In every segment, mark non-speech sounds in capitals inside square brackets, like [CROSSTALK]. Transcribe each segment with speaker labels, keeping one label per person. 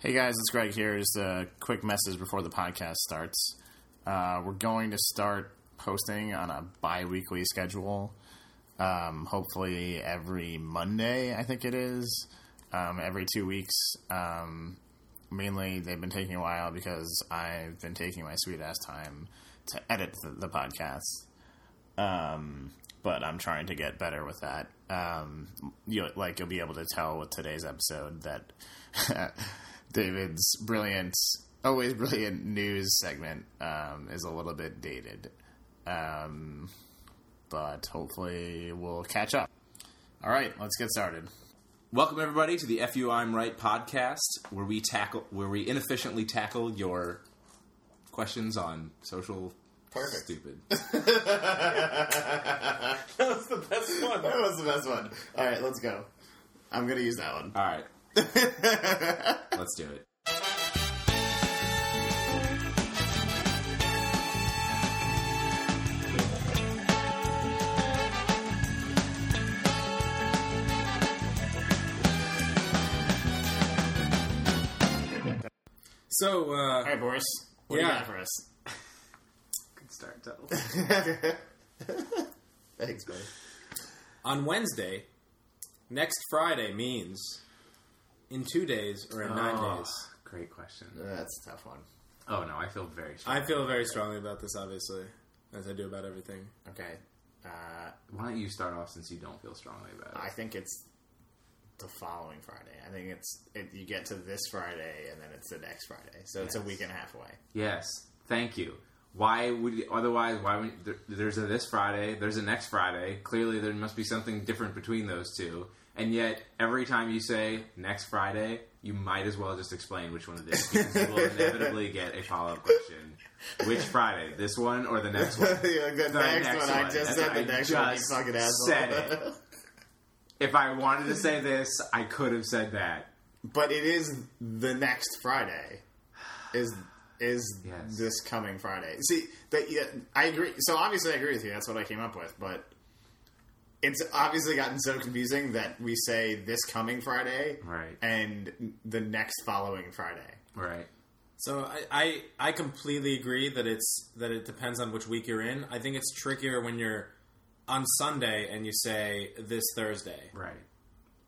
Speaker 1: Hey guys, it's Greg here. Just a quick message before the podcast starts. Uh, we're going to start posting on a bi weekly schedule. Um, hopefully, every Monday, I think it is. Um, every two weeks. Um, mainly, they've been taking a while because I've been taking my sweet ass time to edit the, the podcast but I'm trying to get better with that. Um, you like you'll be able to tell with today's episode that [LAUGHS] David's brilliant, always brilliant news segment um, is a little bit dated, um, but hopefully we'll catch up. All right, let's get started.
Speaker 2: Welcome everybody to the FU I'm Right podcast, where we tackle where we inefficiently tackle your questions on social
Speaker 1: Perfect.
Speaker 2: stupid.
Speaker 3: That was the best
Speaker 1: [LAUGHS]
Speaker 3: one.
Speaker 1: That was the best one. All right, let's go. I'm gonna use that one.
Speaker 2: All right, let's do it. So, uh,
Speaker 1: All right, Boris. What do you
Speaker 2: Yeah.
Speaker 1: got for us? [LAUGHS]
Speaker 2: Good start, Tuttle.
Speaker 1: Thanks, buddy.
Speaker 3: On Wednesday, next Friday means in two days or in nine
Speaker 2: Oh,
Speaker 3: days.
Speaker 2: Great question.
Speaker 1: That's a tough one.
Speaker 2: Oh no, I feel very.
Speaker 3: I
Speaker 2: strong.
Speaker 3: feel very strongly about this, obviously, as I do about everything.
Speaker 1: Okay. Uh,
Speaker 2: Why don't you start off since you don't feel strongly about it?
Speaker 1: I think it's the following Friday. I think it's it, you get to this Friday and then it's the next Friday, so it's a
Speaker 2: Yes.
Speaker 1: week and a half
Speaker 2: [LAUGHS]
Speaker 1: away.
Speaker 2: Yes, thank you. Why would you, otherwise? Why would there, there's a this Friday? There's a next Friday. Clearly, there must be something different between those two. And yet, every time you say next Friday, you might as well just explain which one it is because you
Speaker 3: [LAUGHS]
Speaker 2: will inevitably get a follow up question: Which Friday? This one or the next one?
Speaker 1: the next,
Speaker 2: The
Speaker 1: one, I
Speaker 2: one.
Speaker 1: just
Speaker 2: That's-
Speaker 1: said the
Speaker 2: I
Speaker 1: next one. You
Speaker 2: just
Speaker 1: fucking asshole.
Speaker 2: said it. If I wanted to say this, I could have said that.
Speaker 1: but it is the next Friday. Is is
Speaker 2: Yes.
Speaker 1: this coming Friday? See that yeah, I agree. So obviously, I agree with you. That's what I came up with, but. It's obviously gotten so confusing that we say this coming Friday
Speaker 2: Right.
Speaker 1: and the next following Friday.
Speaker 2: Right.
Speaker 3: So I, I I completely agree that it's that it depends on which week you're in. I think it's trickier when you're on Sunday and you say this Thursday
Speaker 2: Right.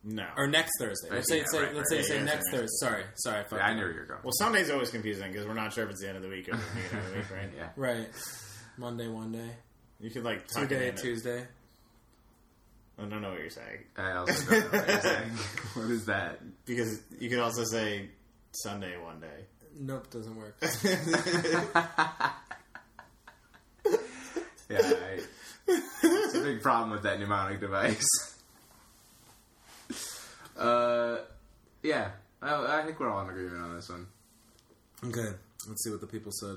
Speaker 1: No.
Speaker 3: or next Thursday. Let's say
Speaker 2: Yeah,
Speaker 3: say
Speaker 2: right,
Speaker 3: let's
Speaker 2: right,
Speaker 3: say say
Speaker 1: yeah,
Speaker 3: next
Speaker 1: yeah.
Speaker 3: Thursday. Sorry, sorry, I fucked
Speaker 2: I
Speaker 3: up.
Speaker 2: knew where you were going.
Speaker 1: Well, Sunday's always confusing because we're not sure if it's the end of the week or the beginning of the week, right?
Speaker 2: [LAUGHS] yeah.
Speaker 3: Right, Monday one day,
Speaker 1: You could like tuck it
Speaker 3: Tuesday
Speaker 1: in.
Speaker 3: Tuesday.
Speaker 1: I don't know what you're saying
Speaker 2: I also don't know what you're saying. [LAUGHS] What is that?
Speaker 1: because you could also say Sunday one day.
Speaker 3: Nope, doesn't work.
Speaker 2: Yeah, I, it's a big problem with that mnemonic device. [LAUGHS] uh, yeah, I, I think we're all in agreement on this one.
Speaker 3: Okay, let's see what the people said.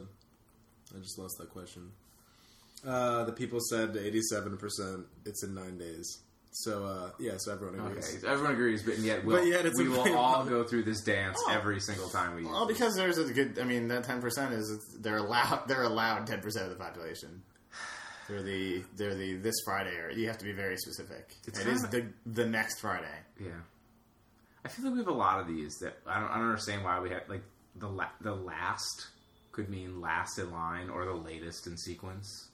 Speaker 3: I just lost that question. Uh, the people said 87%. It's in nine days. So, uh, yeah, so everyone
Speaker 2: Okay,
Speaker 3: agrees.
Speaker 2: so everyone agrees, but yet we'll,
Speaker 3: But yet it's
Speaker 2: we
Speaker 3: a
Speaker 2: will
Speaker 3: big
Speaker 2: all
Speaker 3: one.
Speaker 2: go through this dance
Speaker 1: Oh.
Speaker 2: every single time we use
Speaker 1: Well,
Speaker 2: it.
Speaker 1: because there's a good. I mean, that ten percent is they're allowed. They're allowed ten percent of the population. They're the they're the this Friday. Or you have to be very specific. It
Speaker 2: It's
Speaker 1: is
Speaker 2: kinda-
Speaker 1: the the next Friday.
Speaker 2: Yeah, I feel like we have a lot of these that I don't, I don't understand why we have like the la- the last could mean last in line or the latest in sequence.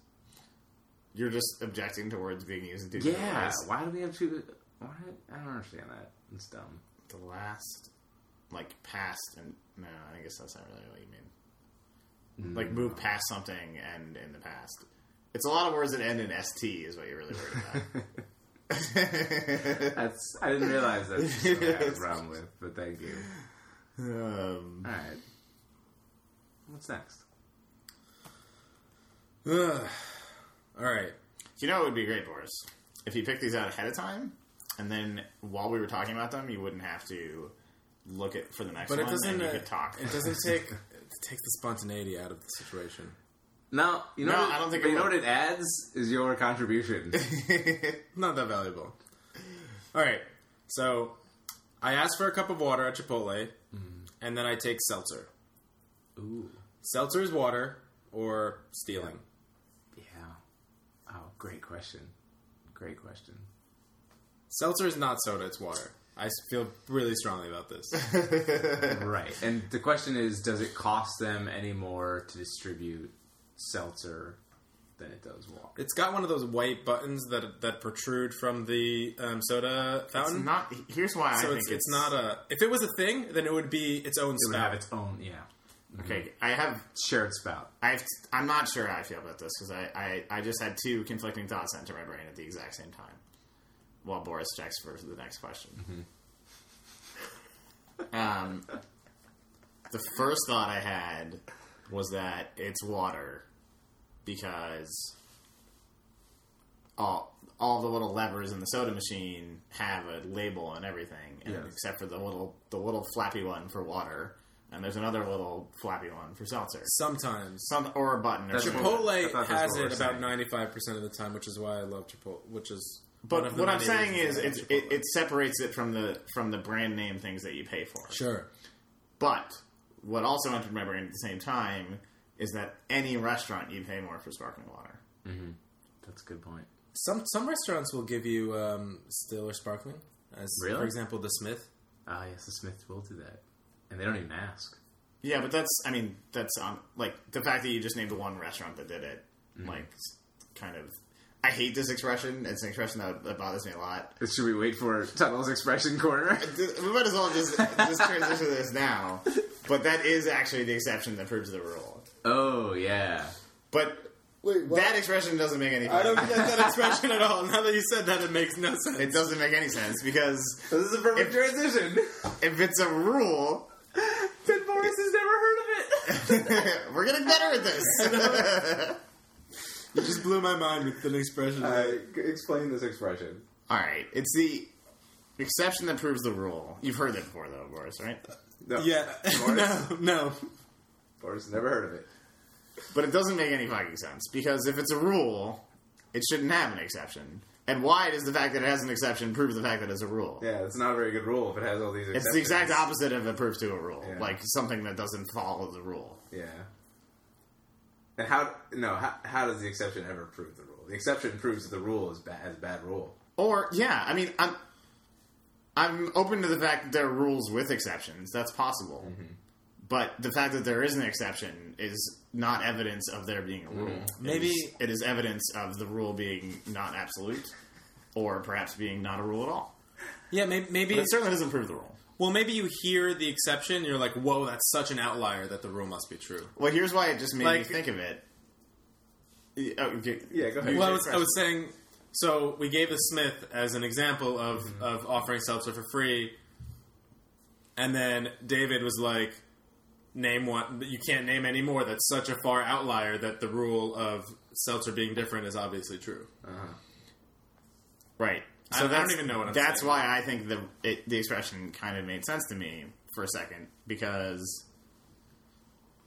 Speaker 1: You're just objecting to words being used in two different
Speaker 2: Yeah,
Speaker 1: ways.
Speaker 2: why do we have two? Why I don't understand that. It's dumb.
Speaker 1: the last like past and no i guess that's not really what you mean like move past something and in the past it's a lot of words that end in st is what you're really
Speaker 3: [LAUGHS]
Speaker 1: worried
Speaker 2: That's I didn't realize that's what I had a problem with, but thank you.
Speaker 1: about um,
Speaker 2: All right, what's next?
Speaker 3: Ugh. [SIGHS] All right.
Speaker 1: you know it would be great boris if you picked these out ahead of time and then while we were talking about them you wouldn't have to look at for the next
Speaker 3: But it
Speaker 1: one
Speaker 3: doesn't,
Speaker 1: and you
Speaker 3: uh,
Speaker 1: could talk
Speaker 3: it doesn't take it takes the spontaneity out of the situation.
Speaker 2: No, you know,
Speaker 1: No,
Speaker 2: what,
Speaker 1: I don't think
Speaker 2: but
Speaker 1: it
Speaker 2: you know
Speaker 1: will.
Speaker 2: what it adds is your
Speaker 1: [LAUGHS]
Speaker 2: contribution.
Speaker 3: Not that valuable. All right. So, I asked for a cup of water at Chipotle,
Speaker 1: Mm.
Speaker 3: and then I take seltzer.
Speaker 2: Ooh,
Speaker 3: Seltzer is water or stealing.
Speaker 2: yeah. Oh, great question. Great question.
Speaker 3: Seltzer is not soda, it's water. I s- feel really strongly about this.
Speaker 2: Right. And the question is, does it cost them any more to distribute seltzer than it does water?
Speaker 3: it's got one of those white buttons that that protrude from the um, soda
Speaker 1: It's
Speaker 3: fountain.
Speaker 1: not. Here's why I
Speaker 3: so
Speaker 1: think
Speaker 3: it's, it's, not a. If it was a thing, then it would be its own
Speaker 2: It would have
Speaker 3: spout.
Speaker 2: its own, yeah,
Speaker 1: okay. I have
Speaker 2: shared spout.
Speaker 1: I've, I'm not sure how I feel about this because I, I, I just had two conflicting thoughts enter my brain at the exact same time while Boris checks for the next question. um, the first thought I had was that it's water because all, all the little levers in the soda machine have a label and everything, and
Speaker 2: Yes.
Speaker 1: except for the little the little flappy one for water, and there's another little flappy one for seltzer
Speaker 3: Sometimes
Speaker 1: some or a button or
Speaker 2: That's
Speaker 1: something.
Speaker 2: cool. I
Speaker 3: Chipotle
Speaker 2: thought that's
Speaker 3: has
Speaker 2: what
Speaker 3: it
Speaker 2: we're
Speaker 3: about
Speaker 2: saying.
Speaker 3: ninety five percent of the time, which is why I love Chipotle. Which is one
Speaker 1: But
Speaker 3: of the
Speaker 1: what I'm
Speaker 3: many
Speaker 1: saying is,
Speaker 3: reasons I
Speaker 1: it,
Speaker 3: love
Speaker 1: it,
Speaker 3: Chipotle.
Speaker 1: it separates it from the from the brand name things that you pay for.
Speaker 3: sure.
Speaker 1: But what also entered my brain at the same time is that any restaurant you pay more for sparkling water.
Speaker 2: That's a good point.
Speaker 3: Some some restaurants will give you um, still or sparkling. As for
Speaker 2: Really?
Speaker 3: example, the Smith.
Speaker 2: Ah, yes, the Smiths will do that, and they don't even ask.
Speaker 1: Yeah, but that's I mean that's um like the fact that you just named one restaurant that did it
Speaker 3: Mm-hmm.
Speaker 1: like s- kind of. I hate this expression. It's an expression that, that bothers me a lot.
Speaker 2: Should we wait for Tuttle's expression corner? [LAUGHS]
Speaker 1: Th- We might as well just just transition to this
Speaker 3: [LAUGHS]
Speaker 1: now. But that is actually the exception that proves the rule.
Speaker 2: Oh yeah,
Speaker 1: But
Speaker 3: Wait,
Speaker 1: that expression doesn't make any. [LAUGHS]
Speaker 3: I don't get that expression at all. Now that you said that, it makes no sense.
Speaker 1: It doesn't make any sense because
Speaker 2: this is a perfect transition. [LAUGHS]
Speaker 1: if it's a rule, [LAUGHS]
Speaker 2: Ted Boris has never heard of it.
Speaker 1: we're getting better at this. [LAUGHS]
Speaker 3: You just blew my mind with an expression.
Speaker 2: explain this expression.
Speaker 1: All right, it's the exception that proves the rule. You've heard that before, though, Boris, right?
Speaker 2: No, [LAUGHS]
Speaker 3: [LAUGHS] yeah, [LAUGHS] no, no.
Speaker 2: Boris never heard of it.
Speaker 1: But it doesn't make any fucking sense because if it's a rule, it shouldn't have an exception. And why does the fact that it has an exception prove the fact that it's a rule?
Speaker 2: Yeah, it's not a very good rule if it has all these.
Speaker 1: It's the exact opposite of a proof to a rule,
Speaker 2: Yeah.
Speaker 1: like something that doesn't follow the rule.
Speaker 2: Yeah. And how? No. How, how does the exception ever prove the rule? The exception proves that the rule is bad. As bad rule.
Speaker 1: Or yeah, I mean, I'm I'm open to the fact that there are rules with exceptions. That's possible. But the fact that there is an exception is not evidence of there being a rule.
Speaker 3: Maybe-
Speaker 1: it is, it is evidence of the rule being not absolute, or perhaps being not a rule at all.
Speaker 3: Yeah, maybe. maybe
Speaker 1: But it certainly doesn't prove the rule.
Speaker 3: well, maybe you hear the exception, you're like, "Whoa, that's such an outlier that the rule must be true."
Speaker 1: Well, here's why it just made
Speaker 3: Like-
Speaker 1: me think of it. Y- oh, okay.
Speaker 2: Yeah, go ahead.
Speaker 1: You
Speaker 3: Well,
Speaker 1: take
Speaker 3: I was, I
Speaker 1: first.
Speaker 3: was saying, so we gave the Smith as an example of, of offering seltzer for free, and then David was like, "Name one. You can't name any more. That's such a far outlier that the rule of seltzer being different is obviously true."
Speaker 1: Right.
Speaker 3: I don't
Speaker 1: that's-
Speaker 3: even know what I'm
Speaker 1: That's
Speaker 3: saying.
Speaker 1: why I think the it, the expression kind of made sense to me for a second because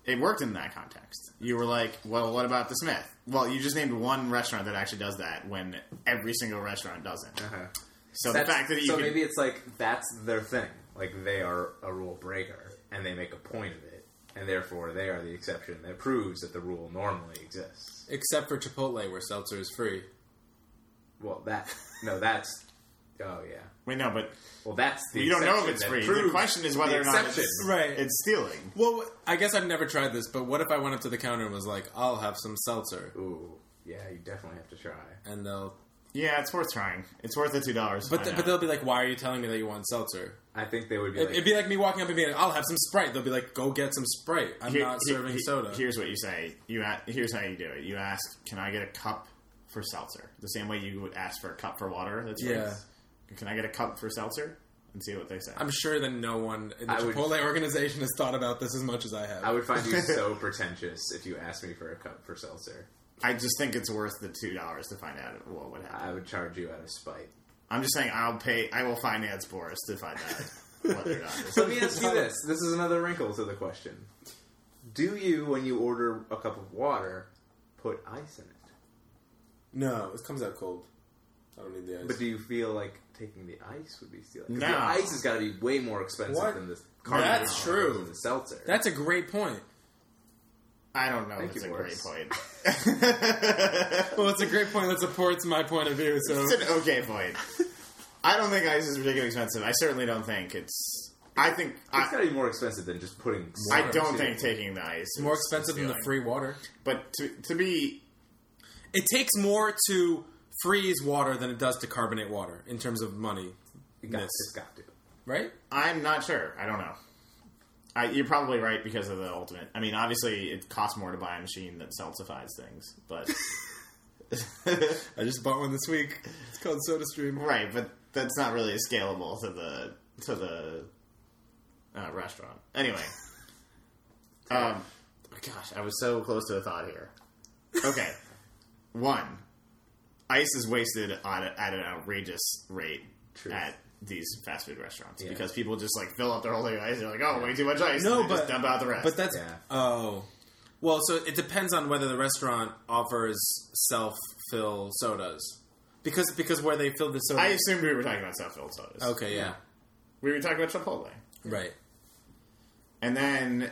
Speaker 1: it worked in that context. You were like, "Well, what about the Smith?" Well, you just named one restaurant that actually does that when every single restaurant doesn't.
Speaker 2: Uh-huh.
Speaker 1: So the
Speaker 2: That's-
Speaker 1: fact that you
Speaker 2: so
Speaker 1: could,
Speaker 2: maybe it's like that's their thing. Like they are a rule breaker, and they make a point of it, and therefore they are the exception that proves that the rule normally exists.
Speaker 3: Except for Chipotle, where seltzer is free.
Speaker 2: Well, that no, that's oh yeah.
Speaker 1: we know, but
Speaker 2: Well, that's the
Speaker 1: you don't know if
Speaker 2: exception
Speaker 1: it's
Speaker 2: that
Speaker 1: free. The
Speaker 2: proves
Speaker 1: question is whether
Speaker 2: the
Speaker 1: or not it's,
Speaker 2: exception.
Speaker 3: Right.
Speaker 1: it's stealing.
Speaker 3: Well, I guess I've never tried this, but what if I went up to the counter and was like, "I'll have some seltzer,"
Speaker 2: Ooh, yeah, you definitely have to try.
Speaker 3: and they'll,
Speaker 1: Yeah, it's worth trying. It's worth the two dollars.
Speaker 3: but th- but they'll be like, "Why are you telling me that you want seltzer?"
Speaker 2: I think they would be.
Speaker 3: It-
Speaker 2: like,
Speaker 3: It'd be like me walking up and being like, "I'll have some Sprite." They'll be like, "Go get some Sprite." I'm
Speaker 1: Here-
Speaker 3: not
Speaker 1: here-
Speaker 3: serving
Speaker 1: here-
Speaker 3: soda.
Speaker 1: Here's what you say. You a- here's how you do it. You ask, "Can I get a cup for seltzer?" The same way you would ask for a cup for water. That's
Speaker 3: Yeah.
Speaker 1: yours. Can I get a cup for seltzer? And see what they say.
Speaker 3: I'm sure that no one in the
Speaker 2: I would-
Speaker 3: Chipotle organization has thought about this as much as I have.
Speaker 2: I would find you so pretentious if you asked me for a cup for seltzer.
Speaker 1: I just think it's worth the two dollars to find out what would happen.
Speaker 2: I would charge you out of spite.
Speaker 1: I'm just saying, I'll pay. I will finance Boris to find out whether or not. it's-
Speaker 3: [LAUGHS]
Speaker 2: Let me ask you this. This is another wrinkle to the question. Do you, when you order a cup of water, put ice in it?
Speaker 3: no, it comes out cold. I don't need the ice.
Speaker 2: But do you feel like taking the ice would be stealing? 'Cause
Speaker 1: No.
Speaker 2: The ice has got to be way more expensive
Speaker 3: What?
Speaker 2: than the carbonated
Speaker 3: That's
Speaker 2: water
Speaker 3: true.
Speaker 2: than the seltzer.
Speaker 3: That's a great point.
Speaker 1: I don't know.
Speaker 2: Thank
Speaker 1: That's a
Speaker 2: you,
Speaker 1: great
Speaker 2: Boris.
Speaker 1: point. [LAUGHS]
Speaker 3: Well, it's a great point that supports my point of view. So [LAUGHS]
Speaker 1: It's an okay point. I don't think ice is particularly expensive. I certainly don't think it's. I think
Speaker 2: It's
Speaker 1: I,
Speaker 2: gotta be more expensive than just putting.
Speaker 1: I
Speaker 2: syrup
Speaker 1: don't
Speaker 2: to-
Speaker 1: think taking the ice
Speaker 3: More
Speaker 1: is
Speaker 3: expensive than the
Speaker 1: appealing.
Speaker 3: free water.
Speaker 1: But to to be
Speaker 3: It takes more to freeze water than it does to carbonate water in terms of money,
Speaker 2: It got,
Speaker 3: Yes.
Speaker 2: it's got to.
Speaker 3: right?
Speaker 1: I'm not sure. I don't know. I, you're probably right because of the ultimate. I mean, obviously, it costs more to buy a machine that salsifies things, but
Speaker 3: I just bought one this week. It's called SodaStream.
Speaker 1: right, but that's not really scalable to the to the uh, restaurant.
Speaker 3: [LAUGHS]
Speaker 1: Anyway, um, gosh, I was so close to a thought here. Okay, [LAUGHS] one, ice is wasted on a, at an outrageous rate
Speaker 2: Truth.
Speaker 1: at these fast food restaurants
Speaker 2: Yeah.
Speaker 1: because people just like fill up their whole thing with ice. They're like, oh, way too much ice.
Speaker 3: No,
Speaker 1: and they just
Speaker 3: but-
Speaker 1: dump out the rest.
Speaker 3: But that's
Speaker 2: Yeah.
Speaker 3: oh, well. So it depends on whether the restaurant offers self fill sodas, because because where they fill the soda.
Speaker 1: I assumed we were talking about South Philly sodas.
Speaker 3: okay, yeah,
Speaker 1: We were talking about Chipotle.
Speaker 3: right.
Speaker 1: And then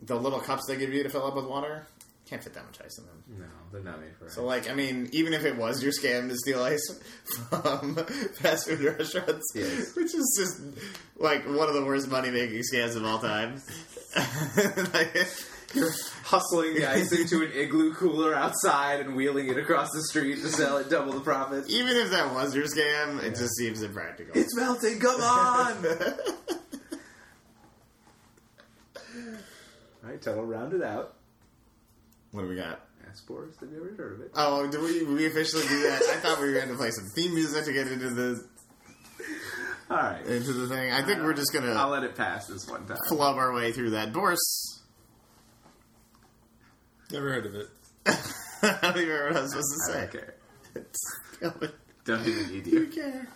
Speaker 1: the little cups they give you to fill up with water, can't fit that much ice in them.
Speaker 2: No, they're not made for ice.
Speaker 1: So, like, I mean, even if it was your scam to steal ice [LAUGHS] from fast food restaurants,
Speaker 2: Yes.
Speaker 1: which is just like one of the worst money making scams of all time. [LAUGHS] Like, you're-
Speaker 2: hustling the ice into an igloo cooler outside and wheeling it across the street to sell it double the profit.
Speaker 1: even if that was your scam, it just seems impractical.
Speaker 2: It's melting. Come [LAUGHS] on. All right, Tuttle, round it out.
Speaker 1: what do we got?
Speaker 2: Aspores, have you ever heard of it?
Speaker 1: Oh, did we, we officially do that? I thought we were going to play some theme music to get into the
Speaker 2: All right,
Speaker 1: into the thing. I think we're just gonna
Speaker 2: I'll let it pass this one time.
Speaker 1: flub our way through that. Boris,
Speaker 3: Never heard of it.
Speaker 1: [LAUGHS] I don't even remember what I was supposed to
Speaker 2: I
Speaker 1: say.
Speaker 2: don't care.
Speaker 1: Scalman,
Speaker 2: Don't even need
Speaker 1: do you
Speaker 2: you.
Speaker 1: care?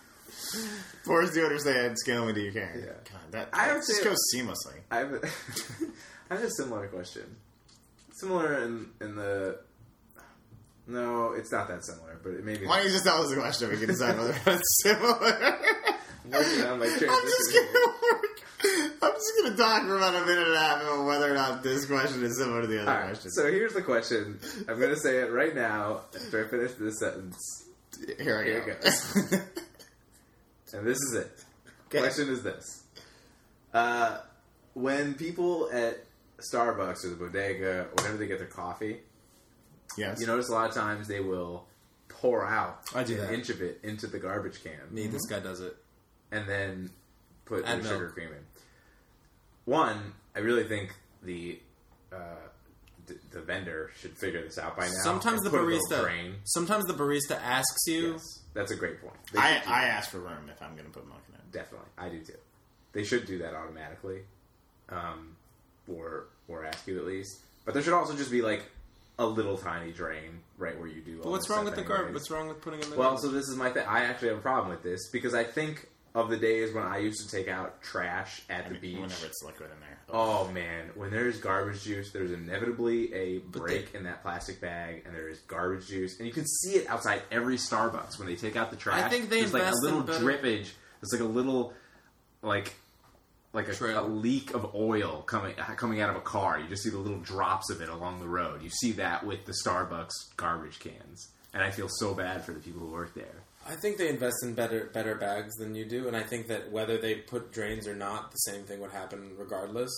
Speaker 1: Boris, do you understand? Scalman, do you care?
Speaker 2: Yeah.
Speaker 1: God, that
Speaker 2: I would
Speaker 1: just
Speaker 2: say-
Speaker 1: goes seamlessly.
Speaker 2: [LAUGHS] I have, a, [LAUGHS] I have a similar question. Similar in in the. No, it's not that similar, but it may be.
Speaker 1: Why don't you just tell us the question? We can decide whether it's
Speaker 2: [LAUGHS]
Speaker 1: similar.
Speaker 2: Working on my transition.
Speaker 1: I'm just gonna work. I'm just gonna talk for about a minute and a half about whether or not this question is similar to the other
Speaker 2: All right,
Speaker 1: question.
Speaker 2: so here's the question. I'm going to say it right now after I finish this sentence.
Speaker 1: here I
Speaker 2: here
Speaker 1: go.
Speaker 2: it
Speaker 1: [LAUGHS]
Speaker 2: goes. And this is it.
Speaker 1: Okay.
Speaker 2: Question is this: uh, When people at Starbucks or the bodega, whenever they get their coffee,
Speaker 1: yes.
Speaker 2: you notice a lot of times they will pour out
Speaker 3: I do
Speaker 2: an
Speaker 3: that.
Speaker 2: inch of it into the garbage can
Speaker 3: Me, this guy does it.
Speaker 2: and then put
Speaker 3: Add
Speaker 2: their
Speaker 3: milk.
Speaker 2: sugar cream in. One, I really think the uh, d- the vendor should figure this out by now.
Speaker 3: Sometimes
Speaker 2: and
Speaker 3: the
Speaker 2: put a little
Speaker 3: barista.
Speaker 2: brain.
Speaker 3: Sometimes the barista asks you.
Speaker 2: Yes, that's a great point. They
Speaker 1: I
Speaker 2: should do
Speaker 1: I
Speaker 2: that.
Speaker 1: ask for room if I'm gonna put milk in it.
Speaker 2: Definitely, I do too. They should do that automatically, um, or or ask you at least. But there should also just be like a little tiny drain right where you do.
Speaker 3: But what's wrong with the garbage? What's wrong with putting in the
Speaker 2: Well, so this is my thing. I actually have a problem with this because I think of the days when I used to take out trash at the beach.
Speaker 1: Whenever it's liquid in there.
Speaker 2: Oh man, when there's garbage juice, there's inevitably a break in that plastic bag, and there is garbage juice, and you can see it outside every Starbucks when they take out the trash.
Speaker 3: think they
Speaker 2: there's like a
Speaker 3: invest in
Speaker 2: little
Speaker 3: better-
Speaker 2: drippage. There's like a little, like, like a,
Speaker 3: Trail.
Speaker 2: a leak of oil coming coming out of a car. You just see the little drops of it along the road. You see that with the Starbucks garbage cans, and I feel so bad for the people who work there.
Speaker 3: I think they invest in better better bags than you do, and I think that whether they put drains or not, the same thing would happen regardless.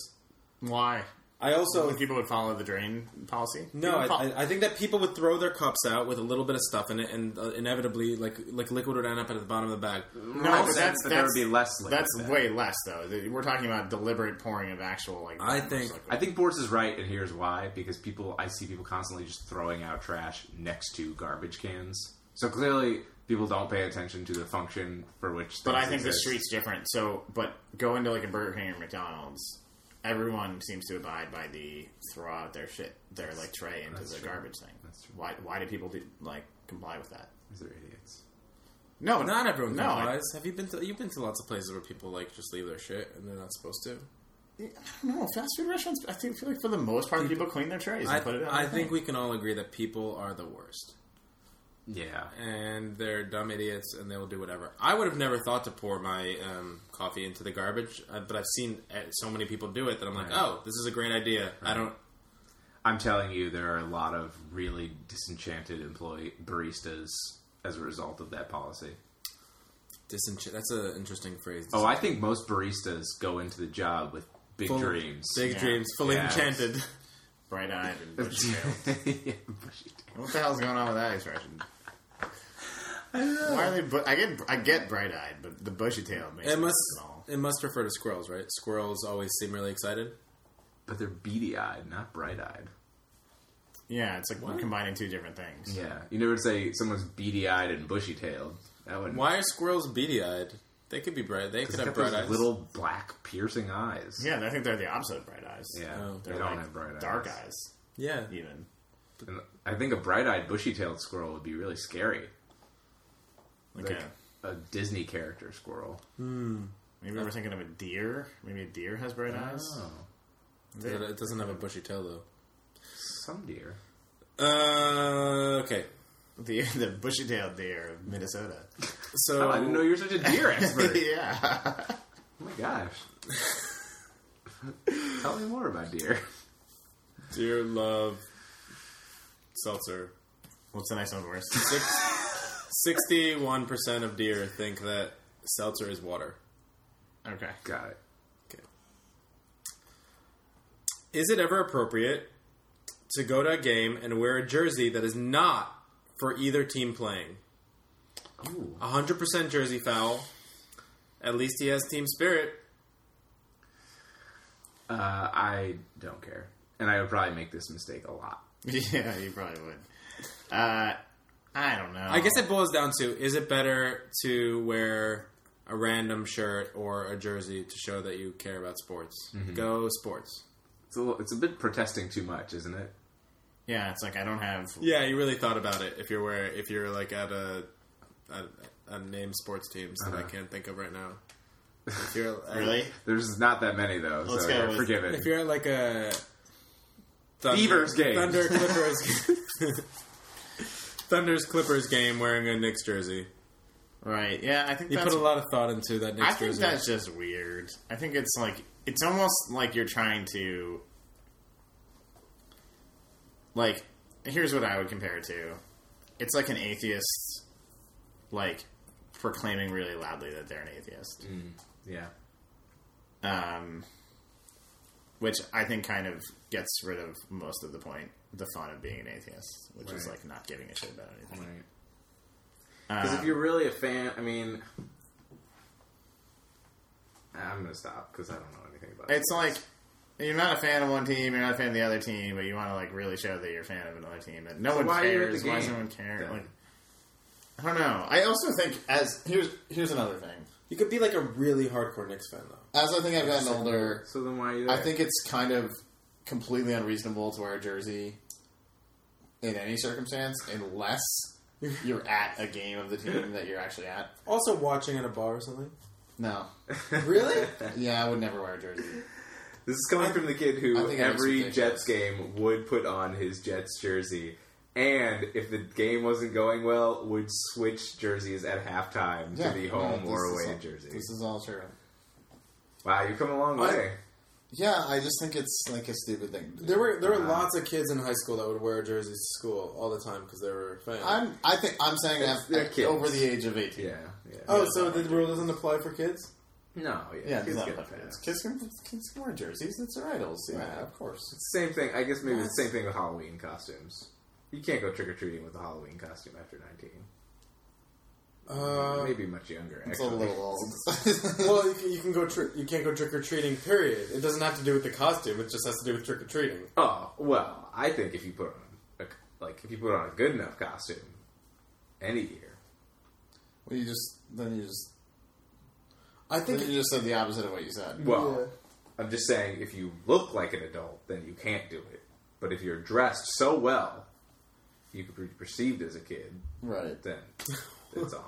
Speaker 1: Why?
Speaker 3: I also
Speaker 1: When people would follow the drain policy. People
Speaker 3: no, I,
Speaker 1: fol-
Speaker 3: I, I think that people would throw their cups out with a little bit of stuff in it, and uh, inevitably, like like liquid would end up at the bottom of the bag.
Speaker 1: No,
Speaker 2: Right,
Speaker 1: but
Speaker 2: but
Speaker 1: that's-
Speaker 2: but there would
Speaker 1: that's-
Speaker 2: be less. liquid
Speaker 1: That's
Speaker 2: then.
Speaker 1: way less, though. Th- We're talking about deliberate pouring of actual like.
Speaker 3: I
Speaker 1: bombs,
Speaker 3: think-
Speaker 1: like-
Speaker 2: I think Boris is right, and here's why: because people, I see people constantly just throwing out trash next to garbage cans. So clearly, people don't pay attention to the function for which.
Speaker 1: but I
Speaker 2: things
Speaker 1: think the
Speaker 2: exist.
Speaker 1: street's different. So, but go into like a Burger King or McDonald's. Everyone seems to abide by the throw out their shit, their like tray into
Speaker 2: That's
Speaker 1: the
Speaker 2: true.
Speaker 1: garbage thing.
Speaker 2: That's true.
Speaker 1: Why? Why do people do, like comply with that?
Speaker 2: They're idiots.
Speaker 1: No,
Speaker 3: Not everyone
Speaker 1: No, I-
Speaker 3: complies. Have you been to you've been to lots of places where people like just leave their shit and they're not supposed to?
Speaker 1: No, fast food restaurants. I think feel like for the most part, people clean their trays
Speaker 3: I,
Speaker 1: and put it. On
Speaker 3: I
Speaker 1: their
Speaker 3: think
Speaker 1: thing.
Speaker 3: we can all agree that people are the worst.
Speaker 2: Yeah,
Speaker 3: and they're dumb idiots and they will do whatever. I would have never thought to pour my um, coffee into the garbage, uh, but I've seen uh, so many people do it that I'm like,
Speaker 2: Right.
Speaker 3: oh, this is a great idea. I don't.
Speaker 2: I'm telling you, there are a lot of really disenchanted employee baristas as a result of that policy.
Speaker 3: Disenchant. That's an interesting phrase.
Speaker 2: Oh, I think most baristas go into the job with big
Speaker 4: Full-
Speaker 2: dreams.
Speaker 4: Big
Speaker 1: Yeah.
Speaker 4: dreams, fully
Speaker 2: Yeah.
Speaker 4: enchanted.
Speaker 1: Bright eyed and bushy tailed.
Speaker 2: [LAUGHS] Yeah.
Speaker 1: What the hell's going on with that expression? Why are they? Bu- I get I get bright eyed, but the bushy tailed makes
Speaker 3: it
Speaker 1: no
Speaker 3: must.
Speaker 1: sense at all.
Speaker 3: It must refer to squirrels, right? Squirrels always seem really excited.
Speaker 2: but they're beady eyed, not bright eyed.
Speaker 1: Yeah, it's like we're combining two different things.
Speaker 2: Yeah, you never say someone's beady eyed and bushy tailed. That would
Speaker 3: Why are squirrels beady-eyed? They could be bright. They could
Speaker 2: They
Speaker 3: have
Speaker 2: got
Speaker 3: bright
Speaker 2: those
Speaker 3: eyes.
Speaker 2: little black piercing eyes.
Speaker 1: Yeah, I think they're the opposite of bright eyes.
Speaker 2: yeah,
Speaker 3: Oh.
Speaker 2: they
Speaker 1: they're
Speaker 2: don't
Speaker 1: like
Speaker 2: have bright eyes.
Speaker 1: dark eyes.
Speaker 3: yeah.
Speaker 1: Even
Speaker 2: And I think a bright-eyed, bushy-tailed squirrel would be really scary,
Speaker 1: like
Speaker 2: Like-
Speaker 1: a,
Speaker 2: a Disney character squirrel.
Speaker 1: maybe we're thinking of a deer. Maybe a deer has bright eyes.
Speaker 2: Oh,
Speaker 1: They-
Speaker 3: It it doesn't have a bushy tail
Speaker 2: some deer.
Speaker 3: though. Uh, okay.
Speaker 1: The [LAUGHS] the bushy tailed deer of Minnesota.
Speaker 3: So
Speaker 2: Oh, I didn't know you were such a
Speaker 3: [LAUGHS]
Speaker 2: deer
Speaker 1: [LAUGHS]
Speaker 2: expert.
Speaker 1: yeah,
Speaker 2: Oh my gosh. [LAUGHS] Tell me more about deer. [LAUGHS]
Speaker 3: dear love seltzer.
Speaker 1: what's the next one worse?
Speaker 3: Sixty-one percent of deer think that seltzer is water.
Speaker 1: [LAUGHS] Okay,
Speaker 2: Got it.
Speaker 3: Is it ever appropriate to go to a game and wear a jersey that is not for either team playing?
Speaker 2: Ooh.
Speaker 3: hundred percent jersey foul. At least he has team spirit.
Speaker 2: Uh, I don't care. And I would probably make this mistake a lot.
Speaker 1: yeah, you probably would. Uh, I don't know.
Speaker 3: I guess it boils down to: is it better to wear a random shirt or a jersey to show that you care about sports?
Speaker 2: Mm-hmm.
Speaker 3: Go sports.
Speaker 2: It's a, little, it's a bit protesting too much, isn't it?
Speaker 1: yeah, it's like I don't have
Speaker 3: Yeah, you really thought about it. If you're where, if you're like at a, a, a name sports teams that I
Speaker 2: Uh-huh.
Speaker 3: can't think of right now. If
Speaker 2: [LAUGHS]
Speaker 3: you're
Speaker 1: really.
Speaker 2: There's not that many, though,
Speaker 1: Let's
Speaker 2: so
Speaker 1: go
Speaker 2: you're
Speaker 1: with-
Speaker 2: forgiven.
Speaker 3: If you're at like a Thunder,
Speaker 2: Beavers game. [LAUGHS]
Speaker 3: Thunder Clippers, [LAUGHS] Thunder's Clippers game, wearing a Knicks jersey.
Speaker 1: Right. Yeah, I think
Speaker 3: You
Speaker 1: that's
Speaker 3: put a lot of thought into that Knicks
Speaker 1: I think
Speaker 3: jersey.
Speaker 1: that's just weird. I think it's like it's almost like you're trying to like here's what I would compare it to. It's like an atheist like proclaiming really loudly that they're an atheist.
Speaker 2: Mm. yeah.
Speaker 1: Um which I think kind of gets rid of most of the point, the fun of being an atheist, which is
Speaker 2: Right.
Speaker 1: like not giving a shit about anything.
Speaker 2: Right. Because if
Speaker 1: Um,
Speaker 2: you're really a fan, I mean, I'm gonna stop because I don't know anything about it.
Speaker 1: It's like you're not a fan of one team, you're not a fan of the other team, but you want to like really show that you're a fan of another team. That no one
Speaker 2: why are you at
Speaker 1: cares.
Speaker 2: the
Speaker 1: Why does
Speaker 2: game,
Speaker 1: no one care?
Speaker 2: then?
Speaker 1: Like, I don't know. I also think as here's here's another thing.
Speaker 3: you could be like a really hardcore Knicks fan though.
Speaker 1: As I think I've gotten older,
Speaker 2: So then why are you?
Speaker 1: I
Speaker 2: there? [LAUGHS]
Speaker 1: think it's kind of completely unreasonable to wear a jersey in any circumstance unless you're at a game of the team that you're actually at.
Speaker 3: Also, watching at a bar or something.
Speaker 1: No.
Speaker 3: Really?
Speaker 1: Yeah, I would never wear a jersey.
Speaker 2: this is coming from the kid
Speaker 1: I
Speaker 2: who
Speaker 1: think it makes
Speaker 2: every
Speaker 1: ridiculous.
Speaker 2: Jets game would put on his Jets jersey, and if the game wasn't going well, would switch jerseys at halftime
Speaker 1: Yeah,
Speaker 2: to the
Speaker 1: no,
Speaker 2: home
Speaker 1: this
Speaker 2: or
Speaker 1: is
Speaker 2: away
Speaker 1: all-
Speaker 2: jersey.
Speaker 1: This is all true.
Speaker 2: Wow, you've come a long
Speaker 3: I-
Speaker 2: way.
Speaker 1: Yeah, I just think it's like a stupid thing. to do.
Speaker 3: There were there were
Speaker 2: Wow.
Speaker 3: lots of kids in high school that would wear jerseys to school all the time because they were fans.
Speaker 1: I'm. I think I'm saying
Speaker 2: It's- they're
Speaker 1: that
Speaker 2: kids.
Speaker 1: over the age of eighteen.
Speaker 2: Yeah. yeah.
Speaker 3: oh, so the rule doesn't apply for kids?
Speaker 2: no, yeah,
Speaker 1: Yeah,
Speaker 2: kids
Speaker 1: it's not
Speaker 2: get
Speaker 1: about
Speaker 2: that.
Speaker 1: kids. Kids can, kids can wear jerseys. It's their idols. Yeah,
Speaker 2: Right.
Speaker 1: of course.
Speaker 2: Same thing. I guess maybe the same thing with Halloween costumes. You can't go trick or treating with a Halloween costume after 19.
Speaker 3: Uh,
Speaker 2: maybe much younger.
Speaker 1: It's
Speaker 2: actually.
Speaker 1: a little old. [LAUGHS]
Speaker 3: well, you, can, you can go tri- you can't go trick or treating. Period. It doesn't have to do with the costume. It just has to do with trick or treating.
Speaker 2: Oh well, I think if you put on a, like if you put on a good enough costume, any year.
Speaker 1: well, you just then you just
Speaker 3: I
Speaker 1: then
Speaker 3: think
Speaker 1: you just said the opposite of what you said.
Speaker 2: Well, I'm just saying if you look like an adult, then you can't do it. But if you're dressed so well, you could be perceived as a kid.
Speaker 1: Right.
Speaker 2: Then
Speaker 1: [LAUGHS]
Speaker 2: it's on.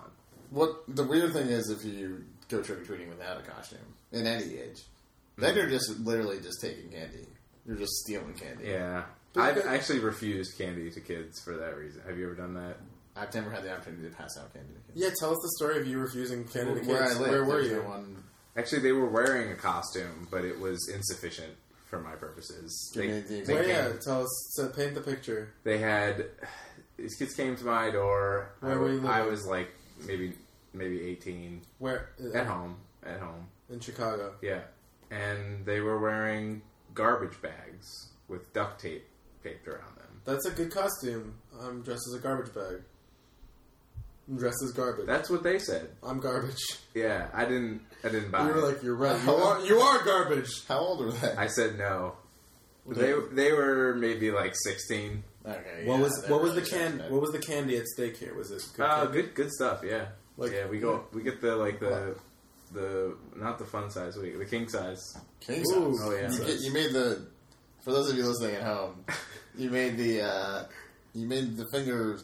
Speaker 1: What the weird thing is if you go trick or treating without a costume in any age, then you're just literally just taking candy. You're just stealing candy.
Speaker 2: Yeah.
Speaker 3: But
Speaker 2: I've
Speaker 3: you could-
Speaker 2: actually refused candy to kids for that reason. Have you ever done that?
Speaker 1: I've never had the opportunity to pass out candy. To kids.
Speaker 3: yeah. Tell us the story of you refusing Canada kids.
Speaker 1: Where I live,
Speaker 3: Where were
Speaker 1: there's
Speaker 3: you?
Speaker 1: no one
Speaker 2: Actually, they were wearing a costume, but it was insufficient for my purposes.
Speaker 1: Give me
Speaker 2: They,
Speaker 1: the
Speaker 2: they,
Speaker 1: example.
Speaker 3: Where?
Speaker 2: came-
Speaker 3: Yeah. Tell us. So paint the picture.
Speaker 2: they had these kids came to my door.
Speaker 3: Where
Speaker 2: I,
Speaker 3: were you
Speaker 2: I
Speaker 3: living?
Speaker 2: was like maybe maybe 18
Speaker 3: Where uh,
Speaker 2: at home. At home.
Speaker 3: in Chicago?
Speaker 2: Yeah. And they were wearing garbage bags with duct tape taped around them.
Speaker 3: That's a good costume. I'm dressed as a garbage bag. I'm dressed as garbage.
Speaker 2: That's what they said.
Speaker 3: I'm garbage.
Speaker 2: Yeah, I didn't I didn't buy
Speaker 3: You were
Speaker 2: it.
Speaker 3: like, you're right. [LAUGHS] You are, you are garbage.
Speaker 1: How old were they?
Speaker 2: I said no. They they were maybe like 16.
Speaker 5: Okay,
Speaker 3: What
Speaker 5: yeah,
Speaker 3: was
Speaker 5: they're
Speaker 3: what was the
Speaker 5: really
Speaker 3: can
Speaker 5: judgmental.
Speaker 3: what was the candy at stake here? Was this good?
Speaker 2: Uh,
Speaker 3: candy?
Speaker 2: good good stuff, yeah.
Speaker 3: Like-
Speaker 2: yeah, we go we get the like the the not the fun size, we the king size.
Speaker 1: King
Speaker 3: Ooh.
Speaker 1: size.
Speaker 2: Oh, yeah.
Speaker 1: You, get, you made the. For those of you listening at
Speaker 2: [LAUGHS]
Speaker 1: home, you made the. Uh, you made the fingers.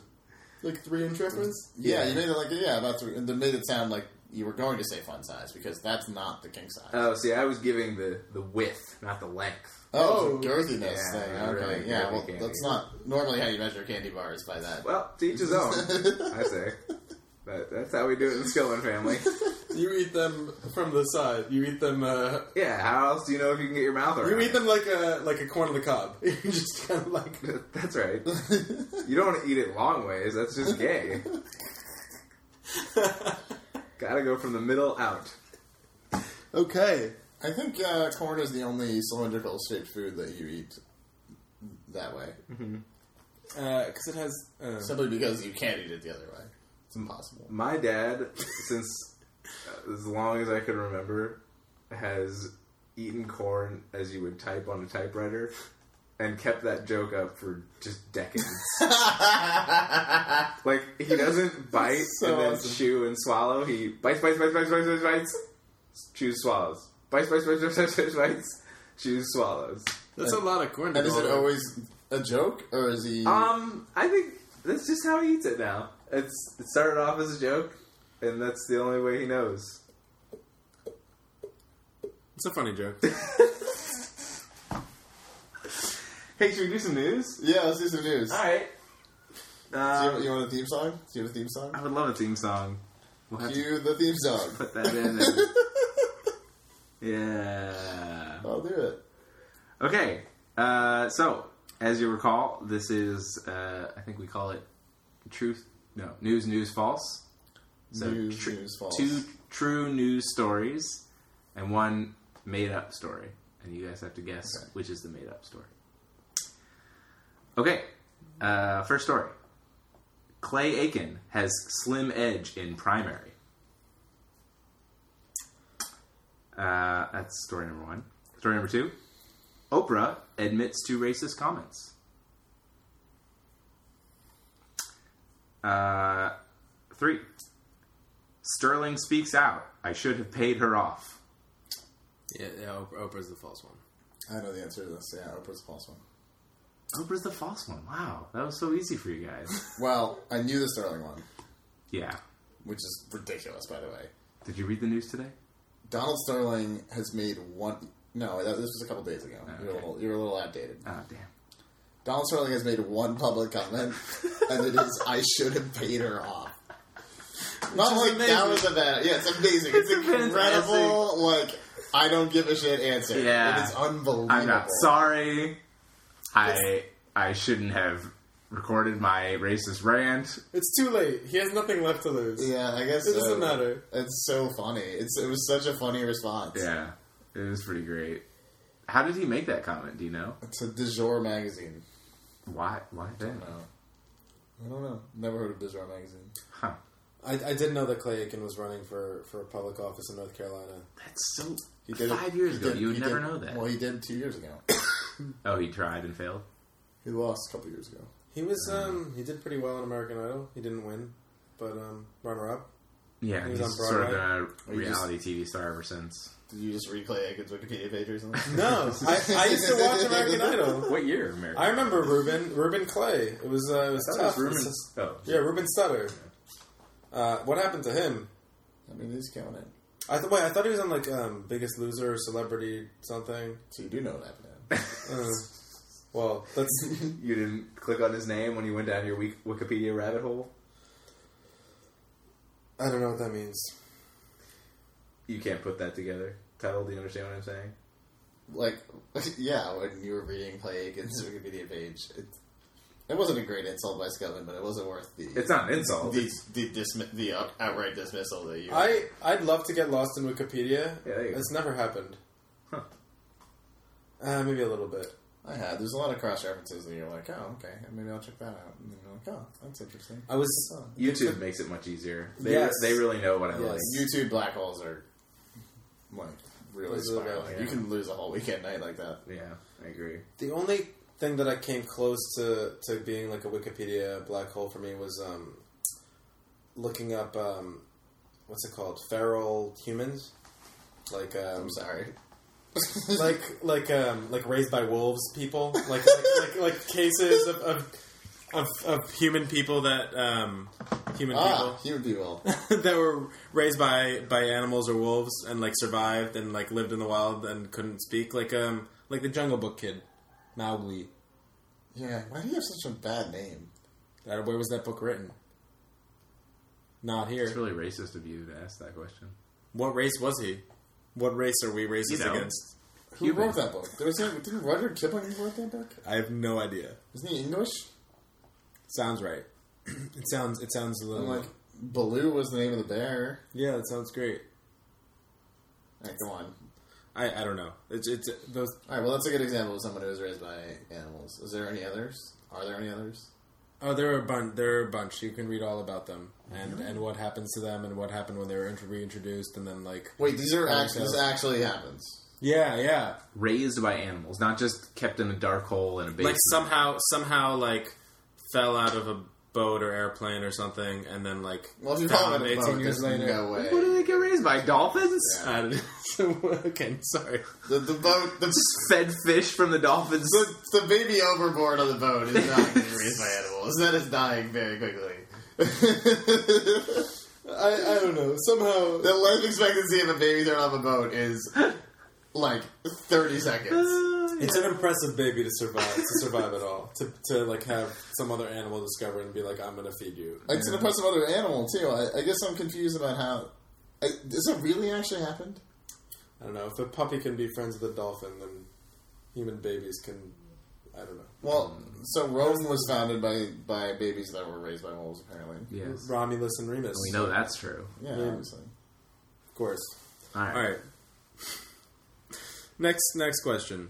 Speaker 3: Like three inch reference?
Speaker 1: Yeah, you made it like yeah, about three. And they made it sound like you were going to say fun size because that's not the king size.
Speaker 2: Oh, see, I was giving the the width, not the length.
Speaker 1: oh,
Speaker 3: oh,
Speaker 1: it's a girthiness
Speaker 2: yeah,
Speaker 1: thing.
Speaker 2: I
Speaker 1: Okay,
Speaker 2: really
Speaker 1: yeah.
Speaker 2: girthy
Speaker 1: Well,
Speaker 2: candy.
Speaker 1: that's not normally how you measure candy bars by that.
Speaker 2: Well, to each his own,
Speaker 1: [LAUGHS]
Speaker 2: I say. But that's how we do it in the Skillman family.
Speaker 3: You eat them from the side. You eat them. Uh,
Speaker 2: Yeah, how else do you know if you can get your mouth around?
Speaker 3: you eat
Speaker 2: it?
Speaker 3: them like a like a corn on the cob. [LAUGHS] You just kind of like [LAUGHS]
Speaker 2: [LAUGHS] That's right. You don't want to eat it long ways. That's just gay.
Speaker 3: uh,
Speaker 2: Gotta go from the middle out.
Speaker 1: okay, I think uh, corn is the only cylindrical shaped food that you eat that way,
Speaker 3: because it has. Uh,
Speaker 1: simply because you can't eat it the other way. It's [LAUGHS] impossible.
Speaker 2: My dad, since uh, as long as I can remember, has eaten corn as you would type on a typewriter, and kept that joke up for just decades. like he
Speaker 1: [LAUGHS]
Speaker 2: doesn't bite
Speaker 1: so
Speaker 2: and then
Speaker 1: awesome.
Speaker 2: chew and swallow. He bites, bites, bites, bites, bites, bites, bites, chews, swallows. Bites, bites, bites, bites, bites, bites, bites chews, swallows.
Speaker 3: that's a lot of corn. to
Speaker 1: And is it
Speaker 3: swallow.
Speaker 1: always a joke, or is he?
Speaker 2: Um, I think that's just how he eats it now. It's it started off as a joke, and that's the only way he knows.
Speaker 3: It's a funny [LAUGHS] joke.
Speaker 2: Hey, should we do some news?
Speaker 1: yeah, let's do some news.
Speaker 2: All right.
Speaker 1: Do
Speaker 2: Uh,
Speaker 1: you, you want a theme song? Do you have a theme song?
Speaker 2: I would love a theme song. We'll have to
Speaker 1: Cue the theme song. [LAUGHS]
Speaker 2: put that in. and- yeah.
Speaker 1: I'll do it.
Speaker 2: Okay. Uh, so, as you recall, this is uh, I think we call it truth. No, news, news, false. So
Speaker 1: News, news, false.
Speaker 2: Two true news stories and one made up story. And you guys have to guess
Speaker 1: Okay.
Speaker 2: which is the made up story. Okay. Uh, first story Clay Aiken has slim edge in primary. Uh, that's story number one. Story number two Oprah admits to racist comments. Uh, three. Sterling speaks out. I should have paid her off.
Speaker 3: yeah, yeah, Oprah- Oprah's the false one.
Speaker 1: I know the answer to this. Yeah, Oprah's a false one.
Speaker 2: Oprah's the false one. Wow, that was so easy for you guys.
Speaker 1: Well, I knew the Sterling one,
Speaker 2: yeah.
Speaker 1: which is ridiculous, by the way.
Speaker 2: Did you read the news today?
Speaker 1: Donald Sterling has made one. No, that, this was a couple days ago. You're, a
Speaker 2: Okay.
Speaker 1: little, you're a little outdated.
Speaker 2: Oh, damn.
Speaker 1: Donald Sterling has made one public comment, and it is, "I should have paid her off." Not like that
Speaker 3: amazing.
Speaker 1: was a bad. Yeah, it's amazing. It's,
Speaker 2: It's
Speaker 1: incredible. Like I don't give a shit answer.
Speaker 2: Yeah.
Speaker 1: it is unbelievable.
Speaker 2: I'm not sorry. I I shouldn't have recorded my racist rant.
Speaker 3: It's too late. He has nothing left to lose.
Speaker 1: Yeah, I guess
Speaker 3: It doesn't
Speaker 1: so.
Speaker 3: matter.
Speaker 1: It's so funny. It's it was such a funny response.
Speaker 2: Yeah, it was pretty great. How did he make that comment? Do you know?
Speaker 1: To Du Jour magazine.
Speaker 2: Why? Why then?
Speaker 1: No, I don't know. Never heard of Du Jour magazine.
Speaker 2: Huh.
Speaker 3: I, I did know that Clay Aiken was running for for public office in North Carolina.
Speaker 2: That's so.
Speaker 1: He did it-
Speaker 2: Five years
Speaker 1: he
Speaker 2: ago,
Speaker 1: did-
Speaker 2: you would
Speaker 1: he
Speaker 2: never
Speaker 1: did-
Speaker 2: know that.
Speaker 1: Well, he did two years ago. [COUGHS]
Speaker 2: oh, he tried and failed.
Speaker 1: he lost a couple years ago.
Speaker 3: He was um he did pretty well on American Idol. He didn't win, but um runner up.
Speaker 2: Yeah,
Speaker 3: He was
Speaker 2: he's
Speaker 3: on
Speaker 2: sort of been a
Speaker 1: Or he just-
Speaker 2: reality TV star ever since.
Speaker 1: Did you just read Clay Aiken's Wikipedia page or [LAUGHS] something?
Speaker 3: No, I, I used to watch American Idol.
Speaker 2: What year, America?
Speaker 3: I remember Ruben Ruben Clay. It was uh, it was
Speaker 2: That
Speaker 3: tough.
Speaker 2: was Ruben.
Speaker 3: This is-
Speaker 2: Oh,
Speaker 3: yeah, Ruben Stutter. Uh, what happened to him?
Speaker 1: I mean, he's counting.
Speaker 3: I th- wait. I thought he was on like um, Biggest Loser or Celebrity something.
Speaker 1: So you do know what happened. to him.
Speaker 3: Uh, well, that's
Speaker 2: You didn't click on his name when you went down your Wik- Wikipedia rabbit hole?
Speaker 3: I don't know what that means.
Speaker 2: You can't put that together. Title, do you understand what I'm saying?
Speaker 1: [LAUGHS] Like, yeah, when you were reading Clay Aiken's Wikipedia page, it, It wasn't a great insult by Scotland, but it wasn't worth the
Speaker 2: It's not an insult.
Speaker 1: the the, dismi- the out- outright dismissal that you.
Speaker 6: I I'd love to get lost in Wikipedia.
Speaker 2: there you go.
Speaker 6: it's never happened.
Speaker 2: Huh.
Speaker 6: Uh, maybe a little bit.
Speaker 1: I had. There's a lot of cross references that you're like, oh, okay, maybe I'll check that out. And you're like, oh, that's interesting.
Speaker 6: I was
Speaker 1: Oh.
Speaker 2: YouTube makes it much easier. They,
Speaker 6: Yes.
Speaker 2: they really know what I
Speaker 6: Yes.
Speaker 2: like.
Speaker 1: YouTube black holes are like really
Speaker 6: Those are the
Speaker 1: spiraling.
Speaker 2: best,
Speaker 1: You
Speaker 2: yeah.
Speaker 1: can lose a whole weekend night like that.
Speaker 2: Yeah, I agree.
Speaker 6: the only thing that I came close to to being like a Wikipedia black hole for me was um, looking up um, what's it called? Feral humans, like um,
Speaker 1: I'm sorry.
Speaker 6: like like um like raised by wolves people like like like, like cases of, of
Speaker 3: of, of human people that um, human
Speaker 1: [LAUGHS] ah, human people.
Speaker 3: people [LAUGHS] that were raised by by animals or wolves and like survived and like lived in the wild and couldn't speak like um like the Jungle Book kid Mowgli.
Speaker 1: Yeah, why do you have such a bad name?
Speaker 3: That, Uh, where was that book written? Not here.
Speaker 2: It's really racist of you to ask that question.
Speaker 3: What race was he? What race are we racist
Speaker 2: You know.
Speaker 3: against?
Speaker 1: Who
Speaker 2: Human.
Speaker 1: wrote that book? There was no, didn't Rudyard Kipling write that book?
Speaker 3: I have no idea.
Speaker 1: Isn't he English?
Speaker 3: Sounds right. [CLEARS THROAT] it sounds. It sounds a
Speaker 1: And
Speaker 3: little.
Speaker 1: like Baloo was the name of the bear.
Speaker 3: yeah, that sounds great.
Speaker 1: All right, go on.
Speaker 3: I, I don't know. It's it's those.
Speaker 1: All right, well, that's a good example of someone who was raised by animals. Is there any others? Are there any others?
Speaker 3: Oh, there are a bunch. There are a bunch. You can read all about them and and what happens to them and what happened when they were intro- reintroduced and then like.
Speaker 1: Wait, these are
Speaker 3: Oh,
Speaker 1: actually this
Speaker 3: so-
Speaker 1: actually happens.
Speaker 3: Yeah, yeah.
Speaker 2: Raised by animals, not just kept in a dark hole in a basement.
Speaker 3: Like somehow somehow like fell out of a boat or airplane or something and then like
Speaker 1: Well, if you follow
Speaker 3: found
Speaker 1: it,
Speaker 3: 18 years later.
Speaker 1: no
Speaker 2: what do
Speaker 1: way.
Speaker 2: they get raised by? Dolphins?
Speaker 3: [LAUGHS]
Speaker 1: Yeah.
Speaker 3: I don't know. So, [LAUGHS] okay, sorry.
Speaker 1: The, the boat, the,
Speaker 2: Just fed fish from the dolphins.
Speaker 1: the, the baby overboard on the boat is not getting raised by animals. That is dying very [LAUGHS] quickly.
Speaker 6: I, I don't know somehow
Speaker 1: the life expectancy of a baby thrown off a boat is like 30 seconds.
Speaker 6: it's an impressive baby to survive to survive at all to to like have some other animal discover and be like I'm gonna feed you.
Speaker 1: It's an impressive other animal, too. I, I guess I'm confused about how. I, does it really actually happened?
Speaker 6: I don't know if a puppy can be friends with a dolphin, then human babies can. I don't know.
Speaker 1: Well, so Rome was founded by, by babies that were raised by wolves, apparently.
Speaker 2: Yes.
Speaker 6: Romulus and Remus,
Speaker 2: We know that's true.
Speaker 1: Yeah,
Speaker 6: Yeah.
Speaker 1: obviously.
Speaker 6: of course.
Speaker 2: All right.
Speaker 3: All right. [LAUGHS] Next next question.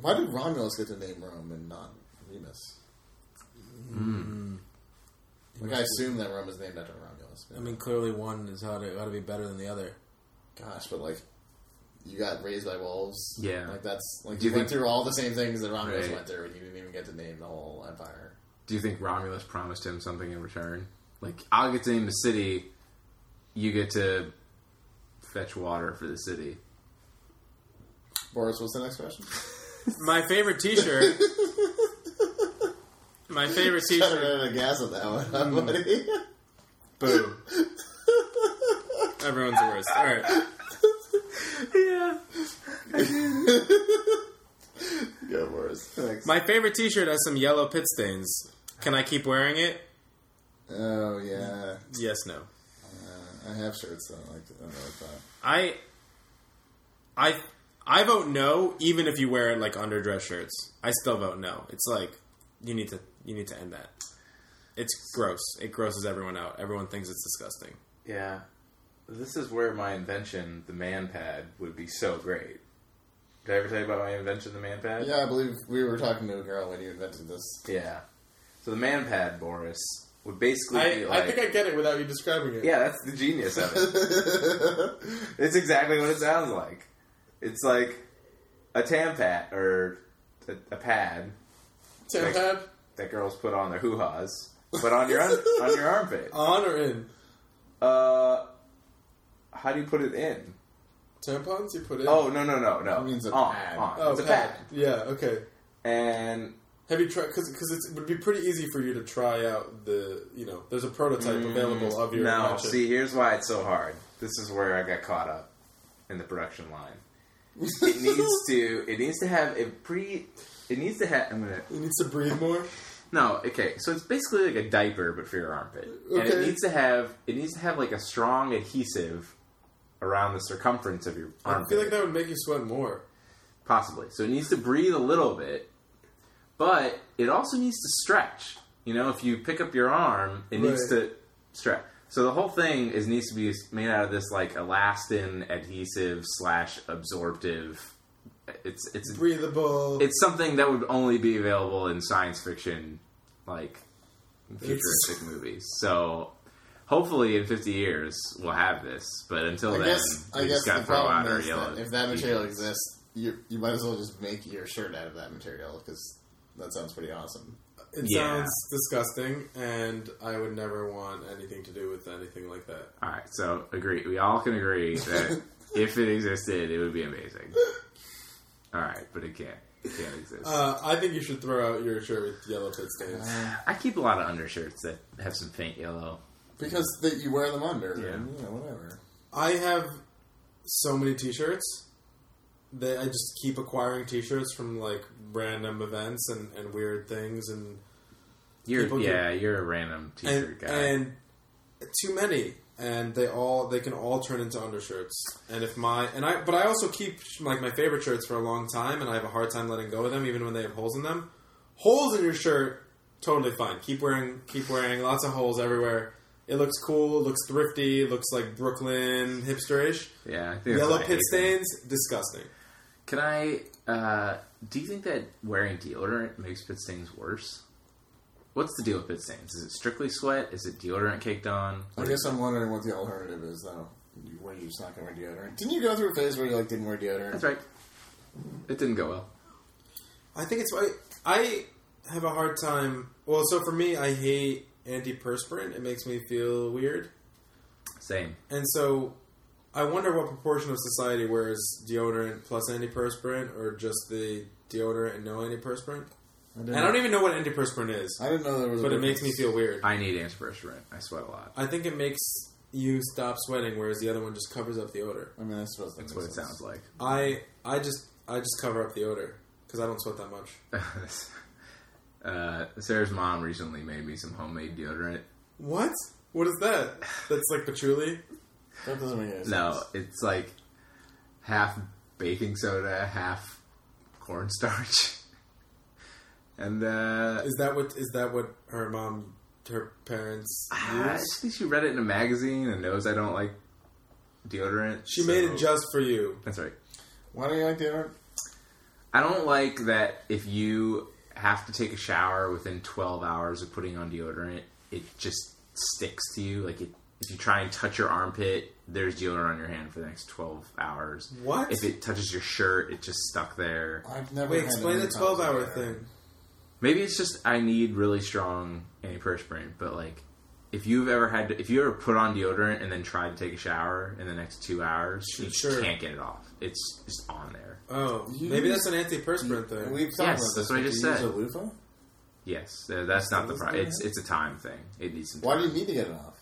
Speaker 1: Why did Romulus get to name Rome and not Remus? Like, I assume that Rome is named after Romulus. but-
Speaker 3: I mean, clearly one is how to how to be better than the other.
Speaker 1: Gosh, but like, you got raised by wolves.
Speaker 2: Yeah.
Speaker 1: like that's like
Speaker 2: Do you
Speaker 1: you, went
Speaker 2: think-
Speaker 1: through all the same things that Romulus
Speaker 2: Right.
Speaker 1: went through, and you didn't even get to name the whole empire.
Speaker 2: Do you think Romulus promised him something in return? Like, I'll get to name the city, you get to fetch water for the city.
Speaker 1: Boris, what's the next question? [LAUGHS]
Speaker 3: My favorite T-shirt. my favorite
Speaker 1: I don't
Speaker 3: [LAUGHS] T-shirt.
Speaker 1: know the gas on that one. huh, [LAUGHS] buddy?
Speaker 3: Boo. Everyone's the worst. All right.
Speaker 2: Yeah.
Speaker 1: Go, Boris. Thanks.
Speaker 3: My favorite T-shirt has some yellow pit stains. Can I keep wearing it?
Speaker 1: oh yeah,
Speaker 3: Yes. No.
Speaker 1: uh, I have shirts that I like. I don't like that.
Speaker 3: I. I. I vote no, even if you wear it like underdress shirts. I still vote no. It's like you need to you need to end that. It's gross. It grosses everyone out. Everyone thinks it's disgusting.
Speaker 2: Yeah. This is where my invention, the man pad, would be so great. Did I ever tell you about my invention, the man pad?
Speaker 1: Yeah, I believe we were talking to a girl when you invented this.
Speaker 2: Yeah. So the man pad, Boris, would basically
Speaker 6: I,
Speaker 2: be like.
Speaker 6: I think I get it without you describing it.
Speaker 2: Yeah, that's the genius of it. It's exactly what it sounds like. It's like a tampat or a, a pad
Speaker 6: Tim had
Speaker 2: that girls put on their hoo ha's, but on your un- on your armpit.
Speaker 6: on or in
Speaker 2: Uh, how do you put it in?
Speaker 6: tampons. You put in.
Speaker 2: Oh no no no no!
Speaker 1: It means a
Speaker 2: on,
Speaker 1: pad.
Speaker 2: on.
Speaker 6: Oh,
Speaker 2: it's a
Speaker 6: pad.
Speaker 2: pad.
Speaker 6: Yeah. Okay.
Speaker 2: And
Speaker 6: Have you tried? Because it would be pretty easy for you to try out the. You know, there's a prototype available of your.
Speaker 2: no,
Speaker 6: invention.
Speaker 2: Mm, see, here's why it's so hard. This is where I got caught up in the production line. It needs to. It needs to have a pre. It needs to have. I'm gonna
Speaker 6: It needs to breathe more.
Speaker 2: No, okay. So it's basically like a diaper, but for your armpit, and it
Speaker 6: Okay.
Speaker 2: needs to have it needs to have like a strong adhesive around the circumference of your
Speaker 6: I
Speaker 2: armpit,
Speaker 6: feel like that would make you sweat more.
Speaker 2: possibly. So it needs to breathe a little bit, but it also needs to stretch. You know, if you pick up your arm, it needs to
Speaker 3: Right.
Speaker 2: stretch. So the whole thing is needs to be made out of this like elastin adhesive slash absorptive. It's it's
Speaker 3: breathable.
Speaker 2: it's something that would only be available in science fiction, like futuristic movies. So hopefully, in fifty years, we'll have this. But
Speaker 1: [LAUGHS]
Speaker 2: until
Speaker 1: I
Speaker 2: then,
Speaker 1: guess
Speaker 2: we
Speaker 1: I guess
Speaker 2: just
Speaker 1: the
Speaker 2: gotta throw out
Speaker 1: problem
Speaker 2: our
Speaker 1: is
Speaker 2: yellow.
Speaker 1: that if that material
Speaker 2: t-shirts.
Speaker 1: exists, you you might as well just make your shirt out of that material because that sounds pretty awesome.
Speaker 3: It
Speaker 2: Yeah.
Speaker 3: sounds disgusting, and I would never want anything to do with anything like that.
Speaker 2: All right, so agree. We all
Speaker 1: [LAUGHS]
Speaker 2: can agree that if it existed, it would be amazing. All right, but it can't. It can't exist.
Speaker 3: Uh, I think you should throw out your shirt with yellow
Speaker 2: Ah,
Speaker 3: pit stains.
Speaker 2: I keep a lot of undershirts that have some faint yellow.
Speaker 1: Because that you wear them under,
Speaker 2: Yeah.
Speaker 1: and, you know, whatever.
Speaker 3: I have so many T-shirts that I just keep acquiring T-shirts from like random events and, and weird things, and
Speaker 2: You're
Speaker 3: People do.
Speaker 2: yeah, you're a random
Speaker 3: and,
Speaker 2: t-shirt guy.
Speaker 3: and too many, and they all they can all turn into undershirts. And if my and I, but I also keep like my favorite shirts for a long time, and I have a hard time letting go of them, even when they have holes in them. Holes in your shirt, totally fine. Keep wearing, keep wearing. Lots of holes everywhere. It looks cool. It looks thrifty. Looks like Brooklyn hipsterish.
Speaker 2: yeah, I think that's
Speaker 3: Yellow
Speaker 2: what I
Speaker 3: pit
Speaker 2: hate.
Speaker 3: stains, disgusting.
Speaker 2: Can I? Uh, do you think that wearing deodorant makes pit stains worse? What's the deal with pit stains? Is it strictly sweat? Is it deodorant caked on?
Speaker 1: I guess I'm wondering what the alternative is though. You- Where you're just not gonna wear deodorant. Didn't you go through a phase where you like didn't wear deodorant?
Speaker 2: That's right. It didn't go well.
Speaker 3: I think it's I, I have a hard time. Well, so for me, I hate antiperspirant. It makes me feel weird,
Speaker 2: Same.
Speaker 3: and so I wonder what proportion of society wears deodorant plus antiperspirant, or just the deodorant and no antiperspirant.
Speaker 1: didn't,
Speaker 3: And
Speaker 2: e-
Speaker 3: I don't even know what antiperspirant is,
Speaker 1: I didn't know there was. a
Speaker 3: but it makes me
Speaker 1: difference.
Speaker 3: feel weird.
Speaker 2: I need antiperspirant. I sweat a lot.
Speaker 3: I think it makes you stop sweating, whereas the other one just covers up the odor.
Speaker 1: I mean, I suppose that
Speaker 2: That's
Speaker 1: makes
Speaker 2: what it
Speaker 1: sense.
Speaker 2: sounds like. [LAUGHS]
Speaker 3: I I just I just cover up the odor because I don't sweat that much.
Speaker 2: uh, Sarah's mom recently made me some homemade deodorant.
Speaker 3: What? What is that? That's like patchouli.
Speaker 1: That doesn't make any sense.
Speaker 2: No, it's like half baking soda, half cornstarch. [LAUGHS] And uh,
Speaker 3: Is that what is that what her mom her parents
Speaker 2: I
Speaker 3: used?
Speaker 2: just think she read it in a magazine and knows I don't like deodorant.
Speaker 3: She
Speaker 2: so-
Speaker 3: made it just for you.
Speaker 2: That's right.
Speaker 1: Why do you like deodorant?
Speaker 2: I don't like that if you have to take a shower within 12 hours of putting on deodorant, it just sticks to you. Like, it, if you try and touch your armpit, there's deodorant on your hand for the next 12 hours.
Speaker 3: What?
Speaker 2: If it touches your shirt, it just stuck there.
Speaker 1: I've never.
Speaker 3: Wait,
Speaker 1: had
Speaker 3: explain
Speaker 1: any
Speaker 3: the twelve hour
Speaker 1: problems with
Speaker 3: thing.
Speaker 2: Maybe it's just I need really strong antiperspirant, but like, if you've ever had to, if you ever put on deodorant and then tried to take a shower in the next two hours, you just
Speaker 3: Sure.
Speaker 2: can't get it off. It's just on there.
Speaker 3: Oh,
Speaker 1: You
Speaker 3: maybe
Speaker 1: use-
Speaker 3: that's an
Speaker 1: deodorant.
Speaker 3: antiperspirant thing.
Speaker 1: We've talked
Speaker 2: Yes,
Speaker 1: about this.
Speaker 2: that's what I
Speaker 1: but
Speaker 2: just
Speaker 1: do you
Speaker 2: said.
Speaker 1: Use a loofah?
Speaker 2: Yes, uh, that's not the
Speaker 1: Is
Speaker 2: problem.
Speaker 1: there-
Speaker 2: It's it's a time thing. It needs some.
Speaker 1: Why
Speaker 2: time.
Speaker 1: do you need to get it off?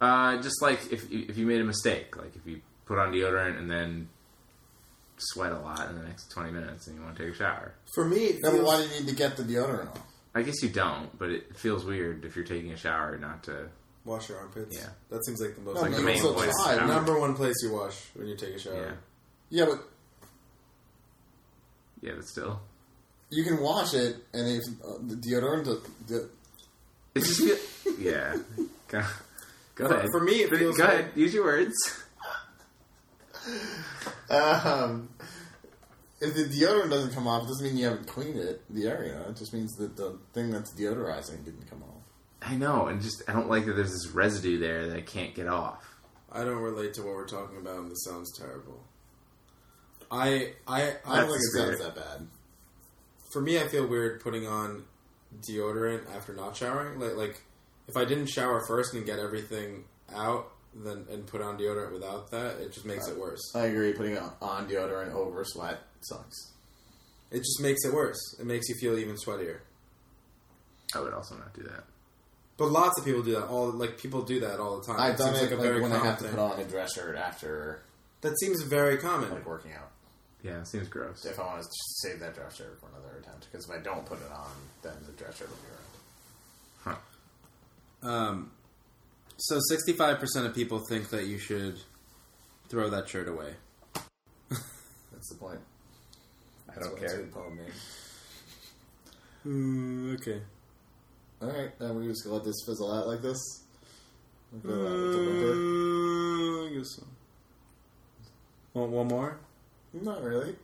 Speaker 2: Uh, just like if you- if you made a mistake, like if you put on deodorant and then sweat a lot in the next twenty minutes, and you want to take a shower.
Speaker 3: For me, it
Speaker 1: No, but
Speaker 3: feels-
Speaker 1: why do you need to get the deodorant off?
Speaker 2: I guess you don't, but it feels weird if you're taking a shower not to.
Speaker 3: wash your armpits.
Speaker 2: Yeah.
Speaker 3: that seems like the most
Speaker 1: No,
Speaker 2: Like
Speaker 1: but
Speaker 2: the
Speaker 1: you
Speaker 2: main
Speaker 1: also
Speaker 2: place.
Speaker 1: try.
Speaker 2: I'm-
Speaker 3: number one place you wash when you take a shower.
Speaker 2: Yeah,
Speaker 1: Yeah, but
Speaker 2: yeah, but still,
Speaker 1: you can wash it, and if uh, the deodorant, the, the,
Speaker 2: it's just [LAUGHS] feel- yeah. Go, go
Speaker 3: For-
Speaker 2: ahead.
Speaker 3: for me, it
Speaker 2: Go
Speaker 3: feels
Speaker 2: ahead.
Speaker 3: like-
Speaker 2: Use your words.
Speaker 1: um, if the deodorant doesn't come off, it doesn't mean you haven't cleaned it, the area. It just means that the thing that's deodorizing didn't come off.
Speaker 2: I know, and just I don't like that. There's this residue there that I can't get off.
Speaker 3: I don't relate to what we're talking about, and this sounds terrible. I I
Speaker 1: I
Speaker 3: I
Speaker 1: don't think it
Speaker 2: spirit.
Speaker 1: sounds that bad.
Speaker 3: for me, I feel weird putting on deodorant after not showering. Like, like if I didn't shower first and get everything out, then and put on deodorant without that, it just makes it worse.
Speaker 1: I agree. Putting on, on deodorant over sweat sucks.
Speaker 3: It just makes it worse. It makes you feel even sweatier.
Speaker 2: I would also not do that.
Speaker 3: But lots of people do that. All like people do that all the time.
Speaker 1: I've done
Speaker 3: seems
Speaker 1: it like, when I
Speaker 3: common
Speaker 1: have to
Speaker 3: thing.
Speaker 1: put on a dress shirt after
Speaker 3: That seems very common.
Speaker 1: like working out.
Speaker 2: Yeah, it seems gross.
Speaker 1: If I want to save that dress shirt for another attempt, because if I don't put it on, then the dress shirt will be ruined.
Speaker 2: Huh.
Speaker 7: Um,
Speaker 3: So sixty-five percent of people think that you should throw that shirt away.
Speaker 1: That's the point.
Speaker 2: I don't care.
Speaker 1: Problem,
Speaker 3: Mm, okay.
Speaker 1: All right, then we just gonna let this fizzle out like this. Like uh, that, with the whimper.
Speaker 3: Mm, Uh, I guess so. Want one more?
Speaker 1: Not really.